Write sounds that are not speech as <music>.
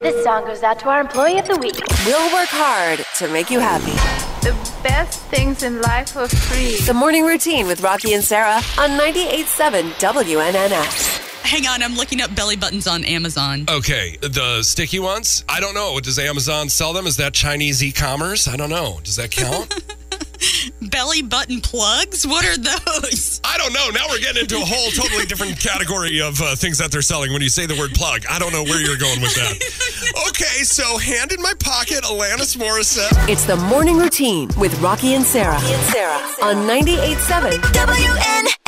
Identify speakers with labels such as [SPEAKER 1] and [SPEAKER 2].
[SPEAKER 1] This song goes out to our employee of the week.
[SPEAKER 2] We'll work hard to make you happy.
[SPEAKER 3] The best things in life are free.
[SPEAKER 2] The morning routine with Rocky and Sarah on 98.7 WNNX.
[SPEAKER 4] Hang on, I'm looking up belly buttons on Amazon.
[SPEAKER 5] Okay, the sticky ones? I don't know. Does Amazon sell them? Is that Chinese e commerce? I don't know. Does that count?
[SPEAKER 4] Belly button plugs? What are
[SPEAKER 5] <laughs>
[SPEAKER 4] those?
[SPEAKER 5] I don't know. Now we're getting into a whole totally different category of uh, things that they're selling when you say the word plug. I don't know where you're going with that.
[SPEAKER 4] <laughs>
[SPEAKER 5] Okay, so hand in my pocket, Alanis Morissette.
[SPEAKER 2] It's the morning routine with Rocky and Sarah, on 98.7 WNNX.